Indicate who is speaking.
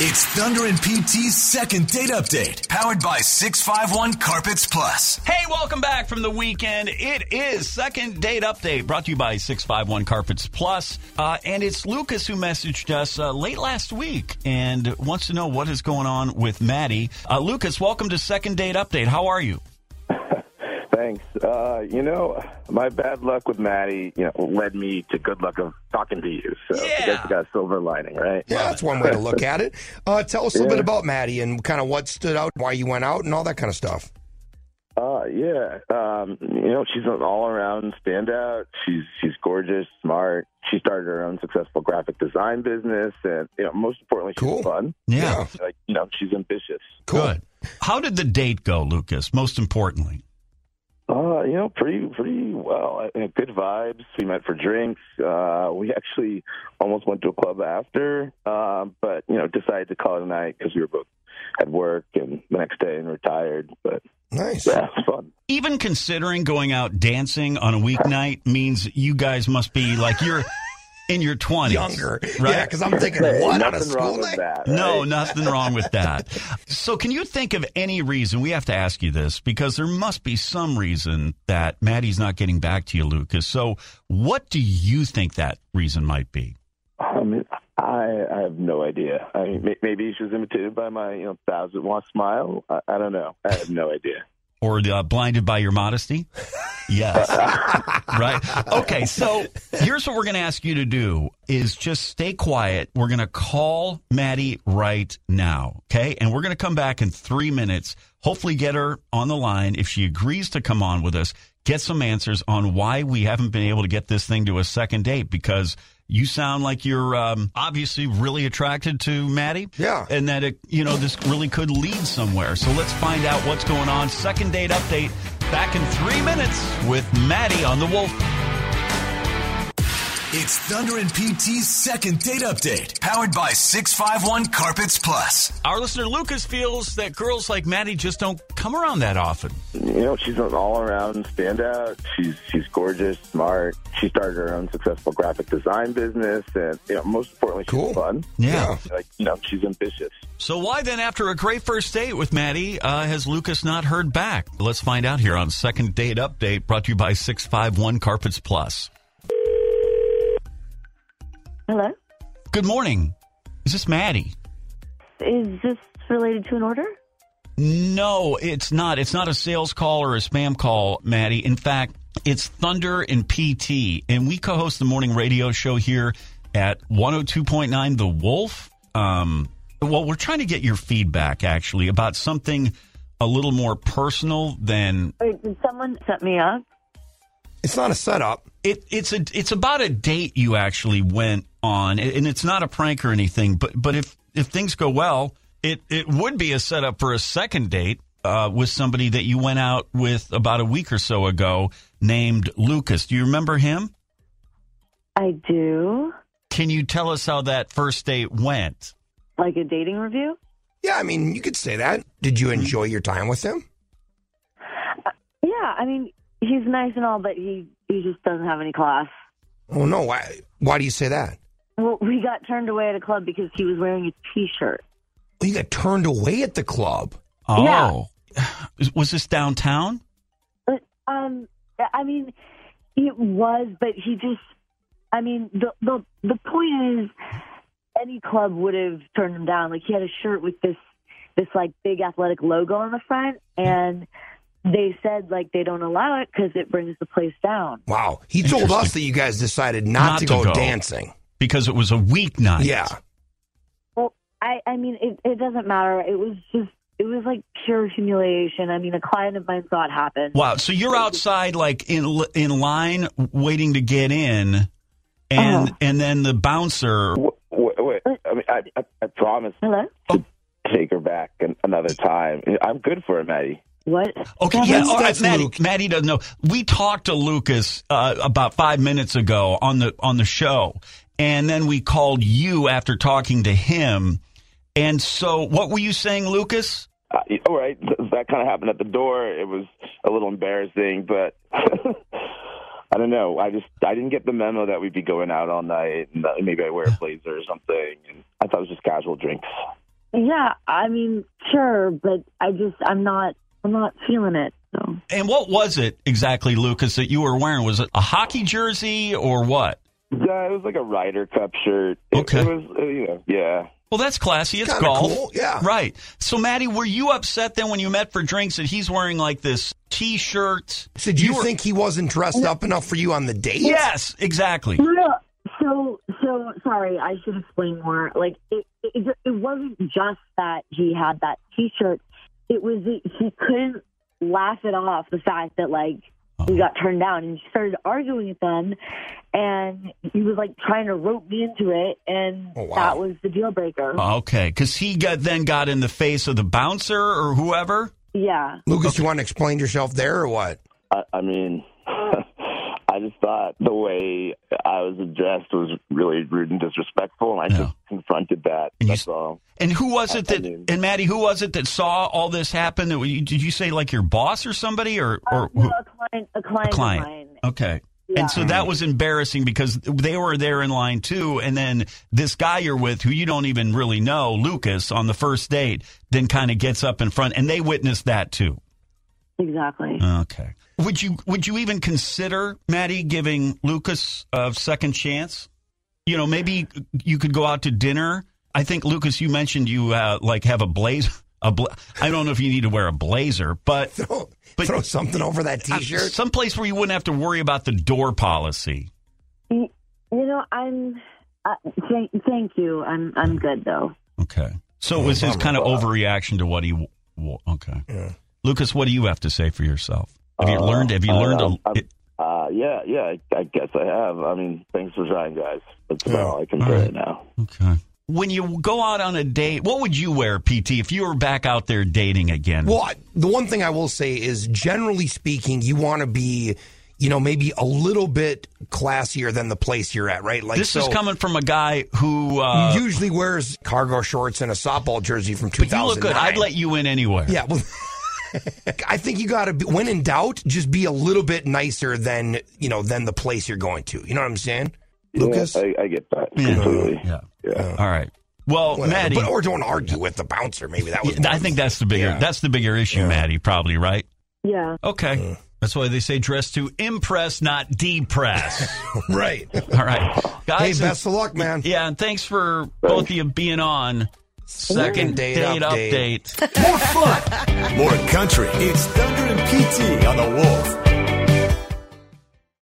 Speaker 1: It's Thunder and PT's second date update, powered by 651 Carpets Plus.
Speaker 2: Hey, welcome back from the weekend. It is second date update brought to you by 651 Carpets Plus. Uh, and it's Lucas who messaged us uh, late last week and wants to know what is going on with Maddie. Uh, Lucas, welcome to second date update. How are you?
Speaker 3: Thanks. Uh, you know, my bad luck with Maddie, you know, led me to good luck of talking to you.
Speaker 2: Yeah.
Speaker 3: So I guess I got a silver lining, right?
Speaker 4: Yeah, that's one way to look at it. Uh, tell us a little bit about Maddie and kind of what stood out, why you went out, and all that kind of stuff.
Speaker 3: Uh, yeah. Um, you know, she's an all-around standout. She's she's gorgeous, smart. She started her own successful graphic design business, and you know, most importantly, she's
Speaker 4: Cool.
Speaker 3: fun. Like you know, she's ambitious.
Speaker 4: cool.
Speaker 2: Good. How did the date go, Lucas? Most importantly,
Speaker 3: Uh, you know, pretty pretty well. I- I- Good vibes. We met for drinks. Uh, we actually almost went to a club after, um, but you know, decided to call it a night because we were both at work and the next day and retired. But
Speaker 4: Nice.
Speaker 3: yeah, it was fun.
Speaker 2: even considering going out dancing on a weeknight means you guys must be like you're in your 20s.
Speaker 4: Younger,
Speaker 2: Right.
Speaker 4: Yeah, because I'm thinking, what on a
Speaker 3: Nothing
Speaker 4: school
Speaker 3: wrong with
Speaker 4: night?
Speaker 3: that.
Speaker 2: No,
Speaker 3: right?
Speaker 2: nothing wrong with that. So, can you think of any reason? We have to ask you this because there must be some reason that Maddie's not getting back to you, Lucas. So, what do you think that reason might be?
Speaker 3: I mean, I, I have no idea. I mean, may- maybe she was imitated by my you know thousand watt smile. I, I don't know. I have no idea.
Speaker 2: Or uh, blinded by your modesty? Yes. right. Okay. So here's what we're going to ask you to do is just stay quiet. We're going to call Maddie right now. Okay. And we're going to come back in three minutes, hopefully get her on the line. If she agrees to come on with us, get some answers on why we haven't been able to get this thing to a second date because you sound like you're um, obviously really attracted to Maddie.
Speaker 4: Yeah.
Speaker 2: And that, it, you know, this really could lead somewhere. So let's find out what's going on. Second date update back in three minutes with Maddie on the Wolf.
Speaker 1: It's Thunder and PT's second date update, powered by 651 Carpets Plus.
Speaker 2: Our listener Lucas feels that girls like Maddie just don't come around that often.
Speaker 3: You know, she's an all-around standout. She's she's gorgeous, smart. She started her own successful graphic design business, and you know, most importantly, she's
Speaker 4: Cool.
Speaker 3: fun.
Speaker 2: Yeah.
Speaker 3: Like you know, she's ambitious.
Speaker 2: So why then, after a great first date with Maddie, uh, has Lucas not heard back? Let's find out here on Second Date Update, brought to you by 651 Carpets Plus.
Speaker 5: Hello?
Speaker 2: Good morning. Is this Maddie?
Speaker 5: Is this related to an order?
Speaker 2: No, it's not. It's not a sales call or a spam call, Maddie. In fact, it's Thunder and PT. And we co host the morning radio show here at 102.9 The Wolf. Um, well, we're trying to get your feedback, actually, about something a little more personal than
Speaker 5: Or did someone set me up?
Speaker 4: It's not a setup.
Speaker 2: it, it's a it's about a date you actually went on, and and it's not a prank or anything. But but if if things go well, it it would be a setup for a second date uh, with somebody that you went out with about a week or so ago, named Lucas. Do you remember him?
Speaker 5: I do.
Speaker 2: Can you tell us how that first date went?
Speaker 5: Like a dating review?
Speaker 4: Yeah, I mean, you could say that. Did you enjoy your time with him?
Speaker 5: Yeah, I mean, he's nice and all, but he, he just doesn't have any class.
Speaker 4: Oh no. Why? Why do you say that?
Speaker 5: Well, we got turned away at a club because he was wearing a t-shirt.
Speaker 4: Well, you got turned away at the club.
Speaker 2: Oh, was this downtown?
Speaker 5: But, um, I mean, it was, but he just, I mean, the, the, the point is any club would have turned him down. Like he had a shirt with this, this like big athletic logo on the front and they said like they don't allow it because it brings the place down.
Speaker 4: Wow. He told us
Speaker 2: Interesting.
Speaker 4: that you guys decided not,
Speaker 2: Not
Speaker 4: to,
Speaker 2: to
Speaker 4: go,
Speaker 2: go.
Speaker 4: dancing.
Speaker 2: Because it was a weeknight.
Speaker 4: Yeah.
Speaker 5: Well, I, I mean, it, it doesn't matter. It was just, it was like pure humiliation. I mean, a client of mine saw it happen.
Speaker 2: Wow. So you're outside, like in in line, waiting to get in, and
Speaker 5: Uh-huh.
Speaker 2: and then the bouncer
Speaker 3: Wait, wait, I mean, I, I, I promise
Speaker 5: Hello?
Speaker 3: to take her back an, another time. I'm good for it, Maddie.
Speaker 5: What?
Speaker 2: Okay,
Speaker 4: Well,
Speaker 2: yeah,
Speaker 4: that's-
Speaker 2: all right,
Speaker 4: that's
Speaker 2: Maddie,
Speaker 4: Luke.
Speaker 2: Maddie doesn't know. We talked to Lucas uh, about five minutes ago on the on the show, and then we called you after talking to him. And so, what were you saying, Lucas?
Speaker 3: Uh, all right, th- that kind of happened at the door. It was a little embarrassing, but I don't know. I just I didn't get the memo uh, that we'd be going out all night, and that maybe I wear a blazer or something. And I thought it was just casual drinks.
Speaker 5: Yeah, I mean, sure, but I just I'm not I'm not feeling it. So
Speaker 2: And what was it exactly, Lucas, that you were wearing? Was it a hockey jersey or what?
Speaker 3: Yeah, it was like a Ryder Cup shirt. It,
Speaker 2: Okay.
Speaker 3: It was, uh, you know, yeah.
Speaker 2: Well, that's classy. It's
Speaker 4: Kinda
Speaker 2: golf.
Speaker 4: cool, yeah.
Speaker 2: Right. So, Maddie, were you upset then when you met for drinks that he's wearing like this t shirt?
Speaker 4: So do you, think he wasn't dressed up enough for you on the date?
Speaker 2: Yes, exactly.
Speaker 5: No, so so sorry. I should explain more. Like it, it it wasn't just that he had that T-shirt. It was that he couldn't laugh it off the fact that like he got turned down and he started arguing with them, and he was like trying to rope me into it, and
Speaker 4: Oh, wow.
Speaker 5: that was the deal breaker.
Speaker 2: Okay. Because he got, then got in the face of the bouncer or whoever.
Speaker 5: yeah.
Speaker 4: Lucas, you want to explain yourself there or what?
Speaker 3: I, I mean, I just thought the way I was addressed was really rude and disrespectful, and I
Speaker 2: Yeah.
Speaker 3: just confronted that.
Speaker 2: And you
Speaker 3: That's
Speaker 2: s-
Speaker 3: all.
Speaker 2: And who was it
Speaker 3: I- I
Speaker 2: that,
Speaker 3: mean-
Speaker 2: and Maddie, who was it that saw all this happen? That you- Did you say like your boss or somebody or, or
Speaker 5: Uh, No,
Speaker 2: who?
Speaker 5: a client, a client, of
Speaker 2: client.
Speaker 5: mine.
Speaker 2: Okay.
Speaker 5: Yeah.
Speaker 2: And so that was embarrassing because they were there in line too. And then this guy you're with, who you don't even really know, Lucas, on the first date, then kind of gets up in front and they witnessed that too.
Speaker 5: Exactly.
Speaker 2: Okay. Would you would you even consider Maddie giving Lucas a second chance? You know, maybe you could go out to dinner. I think Lucas, you mentioned you uh, like have a blazer. A bla- I don't know if you need to wear a blazer, but
Speaker 4: Throw,
Speaker 2: But-
Speaker 4: throw something over that
Speaker 2: uh,
Speaker 4: t-shirt.
Speaker 2: someplace where you wouldn't have to worry about the door policy.
Speaker 5: You you know, I'm. Uh, thank, thank you. I'm. I'm good though.
Speaker 2: Okay. So it was his kind of overreaction to what he. w- w- Okay. Lucas, what do you have to say for yourself? Have you
Speaker 3: Uh,
Speaker 2: learned? Have you
Speaker 3: I don't
Speaker 2: learned?
Speaker 3: know.
Speaker 2: A,
Speaker 3: I'm- Uh, yeah, yeah, I, I guess I have. I mean, thanks for trying, guys. That's
Speaker 4: Yeah.
Speaker 3: about all I can
Speaker 2: Oh, All
Speaker 3: say
Speaker 2: right.
Speaker 3: right now.
Speaker 2: okay. When you go out on a date, what would you wear, PT, if you were back out there dating again?
Speaker 4: Well, I- the one thing I will say is, generally speaking, you want to be, you know, maybe a little bit classier than the place you're at, right? Like
Speaker 2: this is
Speaker 4: so-
Speaker 2: coming from a guy who. Uh,
Speaker 4: usually wears cargo shorts and a softball jersey from
Speaker 2: but
Speaker 4: 2009.
Speaker 2: you look good. I'd let you in anywhere.
Speaker 4: Yeah, well, I think you got to, be when in doubt, just be a little bit nicer than you know than the place you're going to. You know what I'm saying, Lucas?
Speaker 3: Yeah, I, I get that
Speaker 2: Yeah.
Speaker 3: completely.
Speaker 2: Yeah.
Speaker 3: Yeah.
Speaker 2: All right. Well,
Speaker 4: Whatever.
Speaker 2: Maddie,
Speaker 4: but, or don't argue with the bouncer. Maybe that was.
Speaker 2: I think that's the bigger
Speaker 4: Yeah.
Speaker 2: that's the bigger issue, Maddie. Probably right.
Speaker 5: Yeah.
Speaker 2: Okay. That's why they say dress to impress, not depress.
Speaker 4: right.
Speaker 2: All right,
Speaker 4: Hey,
Speaker 2: guys.
Speaker 4: best of luck, man.
Speaker 2: Yeah, and thanks for both of you being on second
Speaker 4: Second
Speaker 2: date,
Speaker 4: date
Speaker 2: update.
Speaker 4: update.
Speaker 1: More fun, more country. It's Thunder and PT on the Wolf.